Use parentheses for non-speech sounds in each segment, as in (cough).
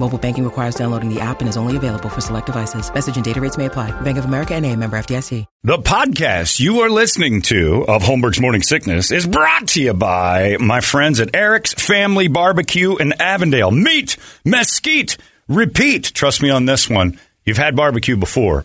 Mobile banking requires downloading the app and is only available for select devices. Message and data rates may apply. Bank of America and a member FDIC. The podcast you are listening to of Holmberg's Morning Sickness is brought to you by my friends at Eric's Family Barbecue in Avondale. Meet, mesquite, repeat. Trust me on this one. You've had barbecue before,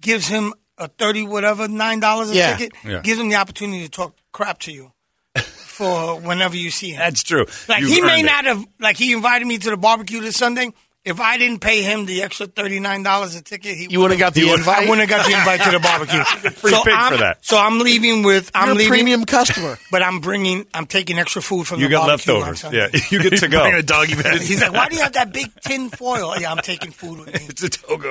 gives him a thirty whatever nine dollars a Yeah. ticket Yeah. gives him the opportunity to talk crap to you for (laughs) whenever you see him. That's true. Like You've he may earned it. not have like he invited me to the barbecue this Sunday. If I didn't pay him the extra thirty nine dollars a ticket, he You wouldn't have got the invite. I wouldn't have got the invite (laughs) to the barbecue. Free pig I'm, for that. So I'm leaving with I'm You're a leaving, (laughs) premium customer. but I'm bringing I'm taking extra food from You the got barbecue on leftovers. Sunday. Yeah, (laughs) you get to go. Bring a doggy (laughs) bag. He's like, why do you have that big tin foil? Yeah, I'm taking food with me. (laughs) It's a togo.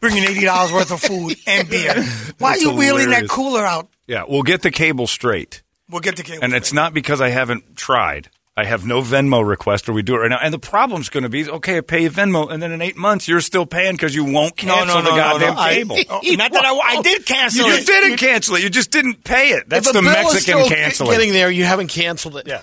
Bringing eighty dollars worth of food and beer. Why That's are you wheeling that hilarious. cooler out? yeah, we'll get the cable straight. We'll get the cable. And it's not because I haven't tried. I have no Venmo request, or we do it right now. And the problem's going to be, okay, I pay you Venmo, and then in eight months you're still paying because you won't no, cancel no, the no, no, goddamn no. I- cable. (laughs) oh, not that I, I did you cancel. it. didn't cancel it. You just didn't pay it. That's If the a bill is Mexican still canceling. Getting there, you haven't canceled it. Yeah.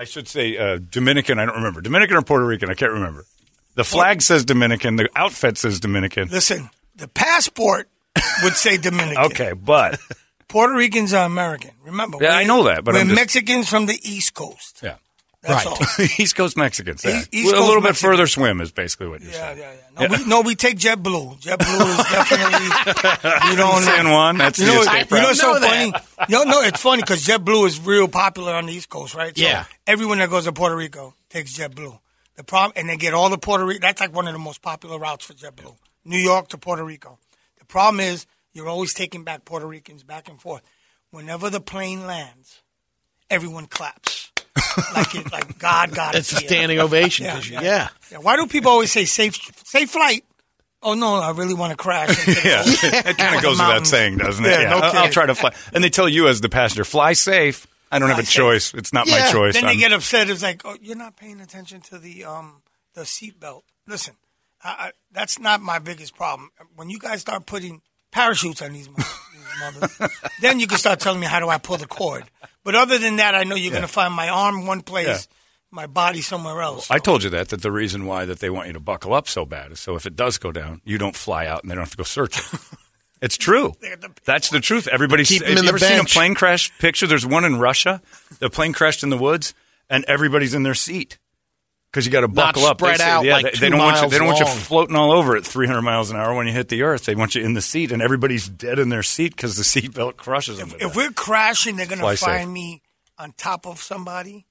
I should say uh, Dominican. I don't remember Dominican or Puerto Rican. I can't remember. The flag says Dominican. The outfit says Dominican. Listen, the passport would say Dominican. Okay, (laughs) but Puerto Ricans are American. Remember? Yeah, I we're- know that, but we're I'm just- Mexicans from the East Coast. yeah, That's Right. all. (laughs) East Coast Mexicans. Yeah. East- East a little Coast bit Mexican. further swim is basically what you're Yeah, saying. yeah, yeah. No, we, no, we take JetBlue. (laughs) JetBlue is definitely you don't San Juan. That's You the know, escape you know route. what's so funny? No, no, it's funny because JetBlue is real popular on the East Coast, right? So Yeah. Everyone that goes to Puerto Rico takes JetBlue. The problem, and they get all the Puerto Rico. That's like one of the most popular routes for JetBlue, New York to Puerto Rico. The problem is you're always taking back Puerto Ricans back and forth. Whenever the plane lands, everyone claps like it, like God got It's a us here. standing ovation. 'cause you- Yeah. Yeah, why do people always say safe safe flight? Oh no, I really want to (laughs) crash. (laughs) Yeah, it kind of goes without Mountains. saying, doesn't it? Yeah, no I'll, I'll kidding. try to fly. And they tell you as the passenger, fly safe. I don't have a safe. choice. It's not my Yeah. choice. Then they I'm- get upset. It's like, oh, you're not paying attention to the um the seatbelt. Listen, I, I, that's not my biggest problem. When you guys start putting parachutes on these, mo- (laughs) these mothers, then you can start telling me how do I pull the cord. But other than that, I know you're going to find my arm one place, Yeah. my body somewhere else. I told you that that the reason why that they want you to buckle up so bad is so if it does go down, you don't fly out and they don't have to go search (laughs) it. It's true. That's the truth. Everybody's Keep 'em have in you the ever seen a bench. plane crash picture? There's one in Russia. The plane crashed in the woods and everybody's in their seat. Because you got to buckle up. They spread say- out yeah, like they, they two don't want you. miles They don't want long. you floating all over at 300 miles an hour when you hit the earth. They want you in the seat, and everybody's dead in their seat because the seatbelt crushes them. to if death. we're crashing, they're going Fly to safe. Mm-hmm. find me on top of somebody.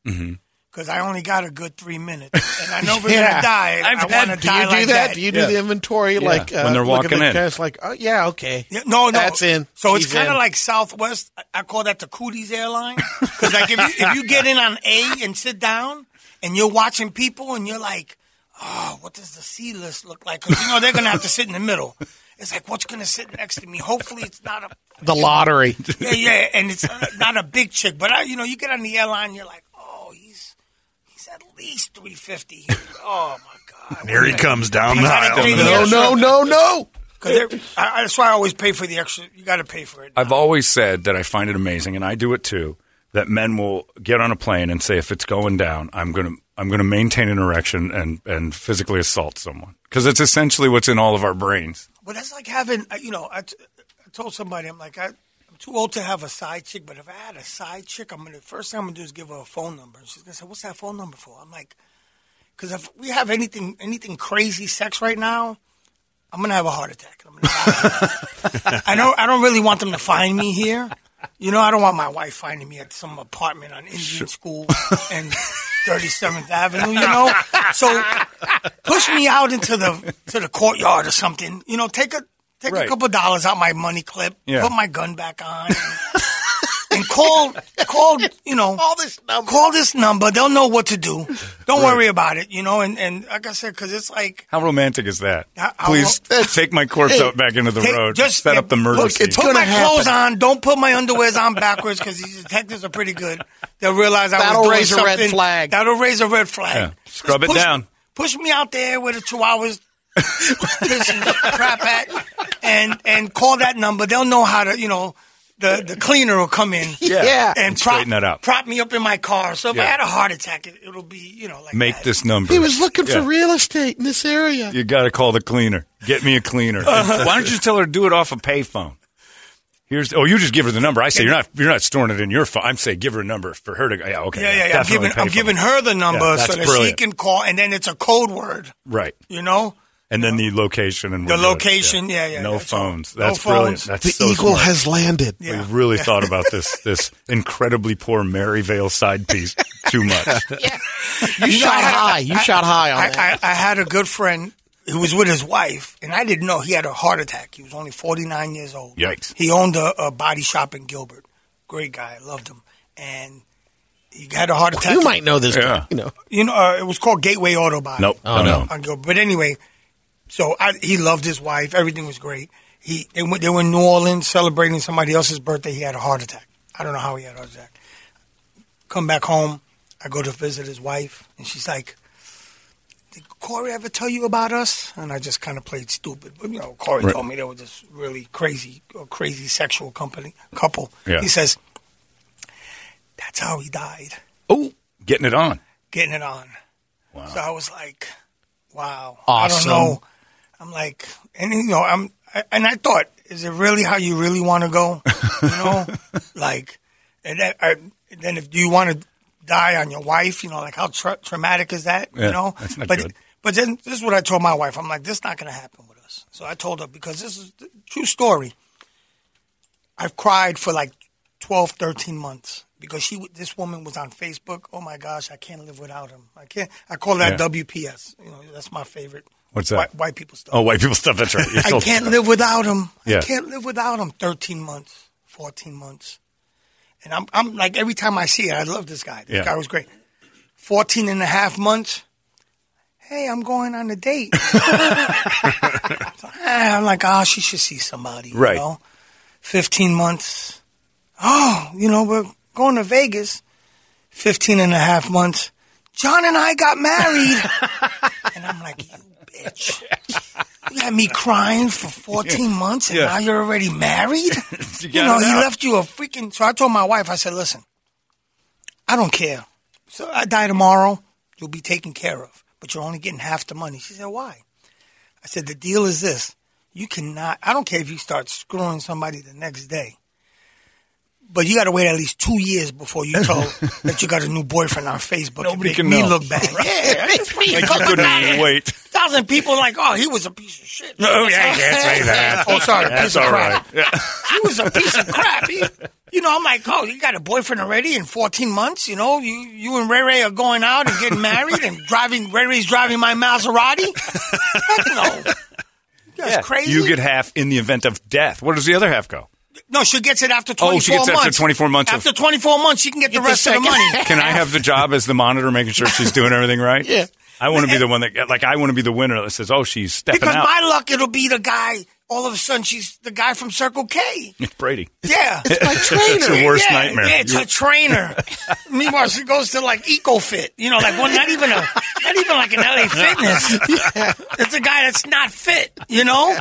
Because I only got a good three minutes, and I know we're Yeah. gonna die. I've I had- wanna do Do die you do like that? Do you do Yeah. the inventory Yeah. like uh, When they're look at walking the in. desk, like, oh yeah, okay, Yeah, no, no, that's in. So it's He's kind of in. like Southwest. I- I call that the Cooties airline because like if you, if you get in on A and sit down, and you're watching people, and you're like, oh, what does the C list look like? 'Cause you know they're gonna have to sit in the middle. It's like what's gonna sit next to me? Hopefully, it's not a the (laughs) lottery. yeah, yeah, and it's uh, not a big chick, but I, you know, you get on the airline, you're like, oh, he's he's at least three fifty. Oh my god! Here he comes down the gotta pay aisle. the no, extra- no, no, no. 'cause they're- I, I- that's why I always pay for the extra. You got to pay for it. I've always said that I find it amazing, and I do it too. That men will get on a plane and say, if it's going down, I'm gonna I'm gonna maintain an erection and and physically assault someone because it's essentially what's in all of our brains. But that's like having, uh, you know, I, t- I told somebody, I'm like, I, I'm too old to have a side chick, but if I had a side chick, I'm gonna first thing I'm gonna do is give her a phone number. She's gonna say, "What's that phone number for?" I'm like, "Cause if we have anything, anything crazy sex right now, I'm gonna have a heart attack. I'm gonna die. (laughs) I don't, I don't really want them to find me here. You know, I don't want my wife finding me at some apartment on Indian School and 37th Avenue. You know, so push me out into the to the courtyard or something. You know, take a take Right. a couple dollars out my money clip, Yeah. put my gun back on, (laughs) and, and call, call, you know, All this number. call this number. They'll know what to do. Don't worry about it, you know. And and like I said, because it's like How romantic is that? How- how Please ro- take my corpse out back into the take- road. just- set yeah, up the murder look, scene. it's put gonna my clothes happen. on. Don't put my underwears on backwards because these detectives are pretty good. They'll realize I That'll was doing raise a something. red flag. That'll raise a red flag. Yeah. Just Scrub it push- down. Push me out there where the chihuahuas pissing crap at, and and call that number. They'll know how to, you know. The, the cleaner will come in Yeah. Yeah. and And prop, straighten that up. prop me up in my car. So if I Yeah. had a heart attack, it, it'll be, you know, like Make that. this number. He was looking Yeah. for real estate in this area. You got to call the cleaner. Get me a cleaner. Uh-huh. Why don't you just tell her to do it off a payphone? Here's oh, you just give her the number. I say you're not you're not storing it in your phone. I'm saying give her a number for her to yeah okay Yeah, yeah, yeah. I'm definitely giving, I'm payphone. giving her the number Yeah, so that's that she brilliant. can call, and then it's a code word, right you know? and then the location and The we're good. location, yeah, yeah, no that's all. phones No that's brilliant phones. that's The so eagle smart. has landed. Yeah. we really thought about this this incredibly poor Maryvale side piece too much You know, I shot had- high. You shot high on that. I, I, I had a good friend who was with his wife, and I didn't know he had a heart attack. He was only 49 years old. Yikes. He owned a, a body shop in Gilbert. Great guy. I loved him. And he had a heart attack. you might know this. Yeah. Guy, you know. You know, uh, it was called Gateway Auto Body. nope Oh, no. no on Gilbert. But anyway, so I, he loved his wife. Everything was great. He they, went, they were in New Orleans celebrating somebody else's birthday. He had a heart attack. I don't know how he had a heart attack. Come back home. I go to visit his wife, and she's like, "Did Corey ever tell you about us?" And I just kind of played stupid. But you know, Corey Right. told me they were this really crazy, a crazy sexual company couple. Yeah. He says, "That's how he died, oh getting it on getting it on." wow So I was like, wow. Awesome. I don't know. I'm like, and you know, I'm, I, and I thought, is it really how you really want to go? You know, (laughs) like, and that, I, then if you want to die on your wife, you know, like how tra- traumatic is that? Yeah, you know, that's not but good. but then this is what I told my wife. I'm like, this not going to happen with us. So I told her because this is the true story. I've cried for like 12, 13 months because she w- this woman was on Facebook. Oh my gosh, I can't live without him. I can't. I call that Yeah. WPS. You know, that's my favorite. What's that? White, white people stuff. oh white people stuff that's right You're I so- can't (laughs) live without him. Yeah. I can't live without him. Thirteen months, fourteen months, and I'm I'm like every time I see it, I love this guy. This Yeah. guy was great. 14 and a half months. Hey, I'm going on (laughs) a date. (laughs) I'm like, oh, she should see somebody. Right. You know? 15 months. Oh, you know, we're going to Vegas. 15 and a half months. John and I (laughs) got married. and I'm like, you bitch. You had me crying for 14 months and Yeah. now you're already married? (laughs) You you got know, it he out. left you a freaking. So I told my wife, I said, listen, I don't care. So I die tomorrow, you'll be taken care of, but you're only getting half the money. She said, why? I said, the deal is this. You cannot, I don't care if you start screwing somebody the next day, but you got to wait at least two years (laughs) before you told that you got a new boyfriend on Facebook. and Nobody make can me know. (laughs) look bad. Yeah, it's me. Like, you (laughs) couldn't wait Thousand people like, oh, he was a piece of shit. oh yeah you can't (laughs) say (laughs) that Oh, sorry, that's piece of all crap. right yeah. He was a piece of crap. He- you know, I'm like, oh, you got a boyfriend already in 14 months. You know, you you and Ray Ray are going out and getting married and driving. Ray Ray's driving my Maserati. Heck no, that's crazy. You get half in the event of death. Where does the other half go? no. She gets it after 24 Oh, she gets it months. after 24 months of- After 24 months, she can get the rest of the money. (laughs) Can I have the job as the monitor, making sure she's doing everything right? Yeah. I want to be the one that, like, I want to be the winner that says, "Oh, she's stepping Because out." my luck, it'll be the guy. All of a sudden, she's the guy from (laughs) Circle K. it's Brady. Yeah. It's her worst yeah, nightmare. Yeah, it's (laughs) her trainer. Meanwhile, she goes to like EcoFit. You know, like well, not even a, not even like an LA Fitness. It's a guy that's not fit. You know.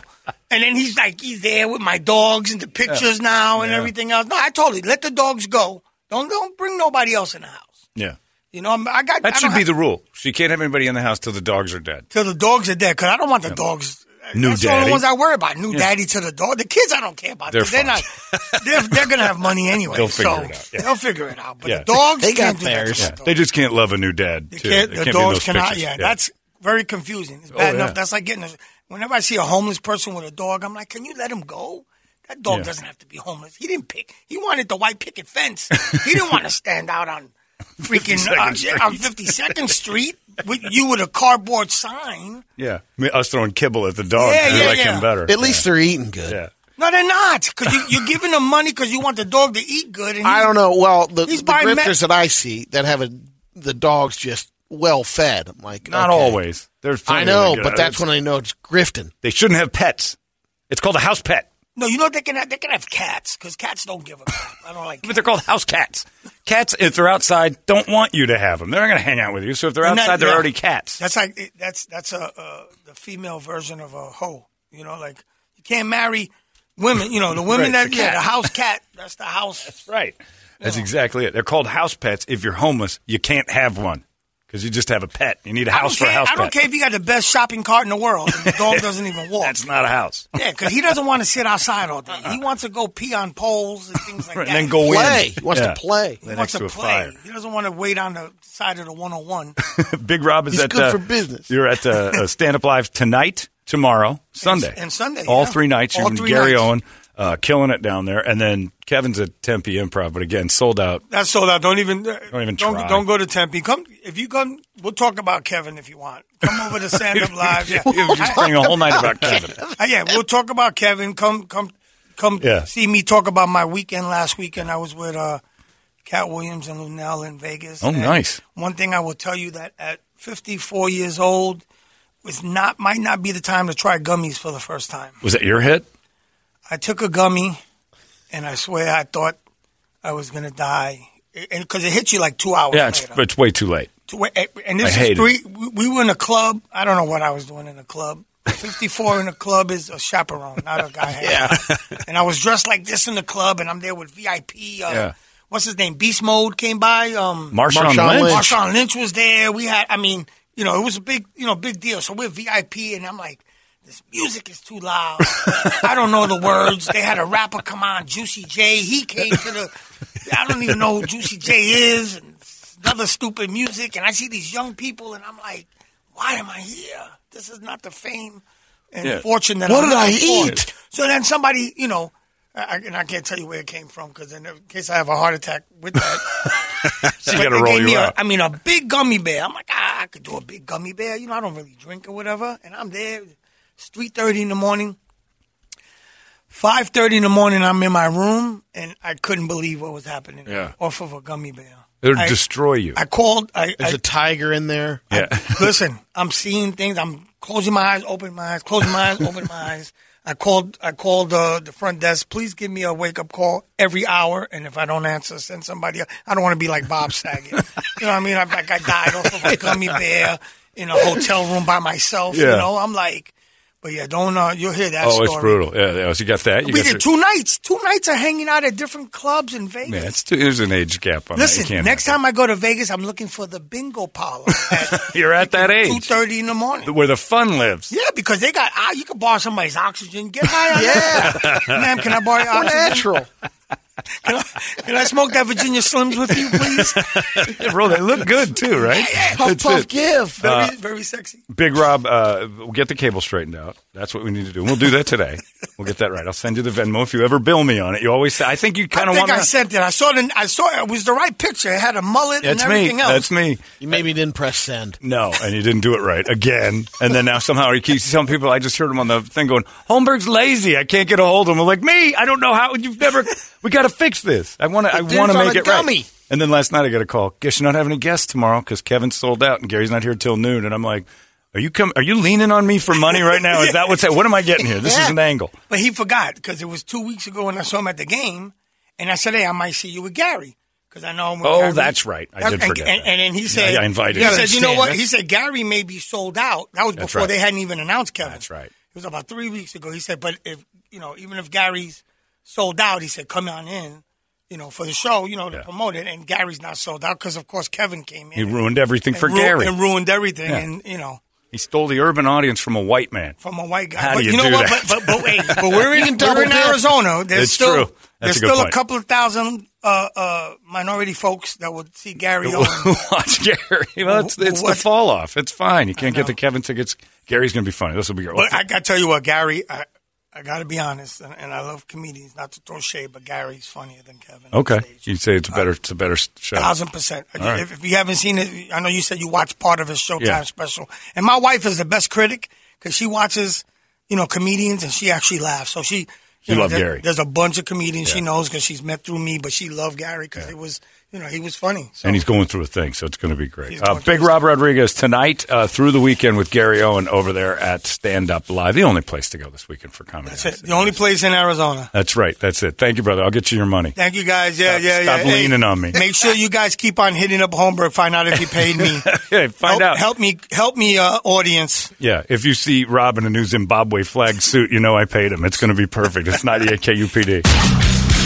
And then he's like, he's there with my dogs and the pictures now and everything else. No, I told you, let the dogs go. Don't don't bring nobody else in the house. yeah. You know, I'm, I got That I should don't be have- the rule. She can't have anybody in the house till the dogs are dead. till the dogs are dead because I don't want the dogs. New That's the daddy. only ones I worry about. New daddy to the dog. The kids I don't care about. They're 'cause they're fine. not. They're, they're gonna (laughs) have money anyway. They'll figure so it out, yeah. They'll figure it out. But Yeah. the dogs They got can't do that theirs. to the Yeah. dogs. They just can't love a new dad. The too. kid- They can't the be in dogs those cannot. pictures. Yeah, that's very confusing. It's bad Oh, enough. yeah. That's like getting. A, whenever I see a homeless person with a dog, I'm like, can you let him go? That dog Yeah. doesn't have to be homeless. He didn't pick. He wanted the white picket fence. he (laughs) didn't want to stand out on freaking 52nd uh, Street. on 52nd Street with you with a cardboard sign. yeah. I mean, us throwing kibble at the dog. Yeah, we yeah, like yeah. him better. At least they're eating good. yeah. No, they're not. Because you, you're giving them money because you want the dog to eat good. And I he's- don't know. Well, the, the he's buying me- grifters that I see that have a, the dogs just well fed. I'm like, Not okay. always. There's plenty I of know, them. but that's when I know it's grifting. They shouldn't have pets. It's called a house pet, No, you know they can have, they can have cats because cats don't give a crap. I don't like. but they're called house cats. Cats, if they're outside, don't want you to have them. They're not going to hang out with you. So if they're And that- outside, they're yeah. already cats. That's like that's that's a uh, the female version of a hoe. You know, like you can't marry women. You know, the women Right, that the yeah, cat. the house cat. That's the house. Right. That's exactly it. They're called house pets. If you're homeless, you can't have one because you just have a pet. You need a I don't house for a care- house I don't pet. care if you got the best shopping cart in the world. And the (laughs) dog doesn't even walk. That's not a house. yeah, because he doesn't want to sit outside all day. He wants to go pee on poles and things like and that. then go Play. in. He wants Yeah. to play. He Right wants next to to a play. fire. He doesn't want to wait on the side of (laughs) the 101. Big Rob is He's at good uh, for business. You're at (laughs) uh, uh, Stand Up Live tonight, tomorrow, Sunday, and Sunday, All yeah. three nights. All you three Gary nights. Owen uh, killing it down there, and then Kevin's at Tempe Improv, but again sold out. That's sold out. Don't even don't even don't, try. go to Tempe. Come if you come. We'll talk about Kevin if you want. Come over to (laughs) Stand Up Live. (laughs) Yeah. You just bring a whole night about (laughs) Kevin. Uh, yeah, we'll talk about Kevin. Come, come, come. Yeah. See me talk about my weekend last weekend. I was with uh, Cat Williams and Lunel in Vegas. Oh, And nice. One thing I will tell you that at 54 years old was not might not be the time to try gummies for the first time. Was that your hit? I took a gummy, and I swear I thought I was gonna die, and because it hit you like two hours. Yeah, it's, later. it's way too late. To- and I this hate is it. three. we- We were in a club. I don't know what I was doing in a club. Fifty-four in a club is a chaperone, not (laughs) a guy. yeah. (laughs) And I was dressed like this in the club, and I'm there with VIP. Yeah. Uh, What's his name? Beast Mode came by. Um, Marshawn, Marshawn Lynch. Lynch. Marshawn Lynch was there. We had, I mean, you know, it was a big, you know, big deal. So we're VIP, and I'm like, this music is too loud. I don't know the words. They had a rapper come on, Juicy J. He came to the, I don't even know who Juicy J is, and another stupid music. And I see these young people, and I'm like, why am I here? This is not the fame and Yeah. fortune that What I'm did I looking for. eat? So then somebody, you know, I, I- and I can't tell you where it came from because in case I have a heart attack with that. So you But got to they roll gave me you a- out. I mean, a big gummy bear. I'm like, ah, I could do a big gummy bear. You know, I don't really drink or whatever. And I'm there. It's three thirty in the morning. Five thirty in the morning, I'm in my room, and I couldn't believe what was happening. Yeah. Off of a gummy bear. It would I- destroy you. I called. I, There's I a tiger in there. yeah. listen. I'm seeing things. I'm closing my eyes, opening my eyes, closing my eyes, opening my eyes. I called. I called uh, the front desk. Please give me a wake up call every hour, and if I don't answer, send somebody. Else. I don't want to be like Bob Saget. you know what I mean? I'm like I died off of a gummy bear in a hotel room by myself. Yeah. You know, I'm like, but yeah, don't. Uh, you'll hear (laughs) that. Oh, story. it's brutal. Yeah, yeah. So you got that. You We got did two nights. Two nights of hanging out at different clubs in Vegas. Yeah, it's too, there's an age gap on that. You Listen, can't next have time I go to Vegas, I'm looking for the bingo parlor. it. you're at that Two age thirty in the morning. where the fun lives. Yeah, because they got ah, you can borrow somebody's oxygen. Get high on yeah. (laughs) ma'am. Can I borrow your oxygen? Natural. (laughs) Can I, can I smoke that Virginia Slims with you, please? Bro, they look good too, (laughs) right? Puff, That's puff, it. give. Very, very sexy. Big Rob, uh, we'll get the cable straightened out. That's what we need to do. And we'll do that today. We'll get that right. I'll send you the Venmo if you ever bill me on it. You always say, I think you kind I of think want I to. sent it. I saw it. I saw it. It was the right picture. It had a mullet That's and me. everything else. That's me. You maybe didn't press send. No, and you didn't do it right again. And then now somehow he keeps telling people, I just heard him on the thing going, Holmberg's lazy. I can't get a hold of him. I'm like, me? I don't know how. You've never. We got to fix this. I want to I dude's wanna on make a it gummy. right. And then last night I got a call. Guess you're not having any guests tomorrow because Kevin's sold out and Gary's not here till noon. And I'm like, are you come? Are you leaning on me for money right now? Is that what's that? What am I getting here? This is an angle. But he forgot because it was two weeks ago when I saw him at the game, and I said, "Hey, I might see you with Gary." Because I know him. with Oh, Gary. that's right. I did and, forget And, that. and then he Yeah, said, I invited He him. said, "You know Understand, what?" that's- He said, "Gary may be sold out." That was That's before right. they hadn't even announced Kevin. That's right. It was about three weeks ago. He said, "But if you know, even if Gary's sold out, he said, come on in." You know, for the show, you know, to Yeah. promote it, and Gary's not sold out because, of course, Kevin came in. He and- ruined everything and for ru- Gary. and ruined everything, Yeah. and you know, He stole the urban audience from a white man. from a white guy. How do but you know do what? that? But, but, but wait, (laughs) but we're in, we're in dip. Arizona. There's It's still true. That's there's a good still point. a couple of thousand uh, uh, minority folks that would (laughs) see Gary Owen. Watch Gary. Well, it's, it's the What? fall off. It's fine. You can't get the Kevin tickets. Gary's going to be funny. This will be great. But I gotta tell you what, Gary, I, I gotta be honest, and, and I love comedians. Not to throw shade, but Gary's funnier than Kevin. on okay, stage. you'd say it's a better. It's a better show. Thousand percent. All right. If, if you haven't seen it, I know you said you watched part of his Showtime Yeah. special. And my wife is the best critic because she watches, you know, comedians and she actually laughs. So she You know, love there- Gary. There's a bunch of comedians she knows because she's met through me, but she loved Gary because it was, you know, he was funny. So And he's going through a thing, so it's going to be great. He's Uh, going Big Rob Rodriguez tonight uh, through the weekend with Gary Owen over there at Stand Up Live, the only place to go this weekend for comedy. that's it. The only place in Arizona. That's right. That's it. Thank you, brother. I'll get you your (laughs) money. Thank you guys. Yeah, Stop- yeah, yeah. stop leaning on me. Make sure you guys keep on hitting up Holmberg. Find out if he paid me. Hey, (laughs) find help, out. Help me, help me, uh, audience. Yeah, if you see Rob in a new Zimbabwe flag suit, you know I paid him. It's going to be perfect. It's E 98 KUPD.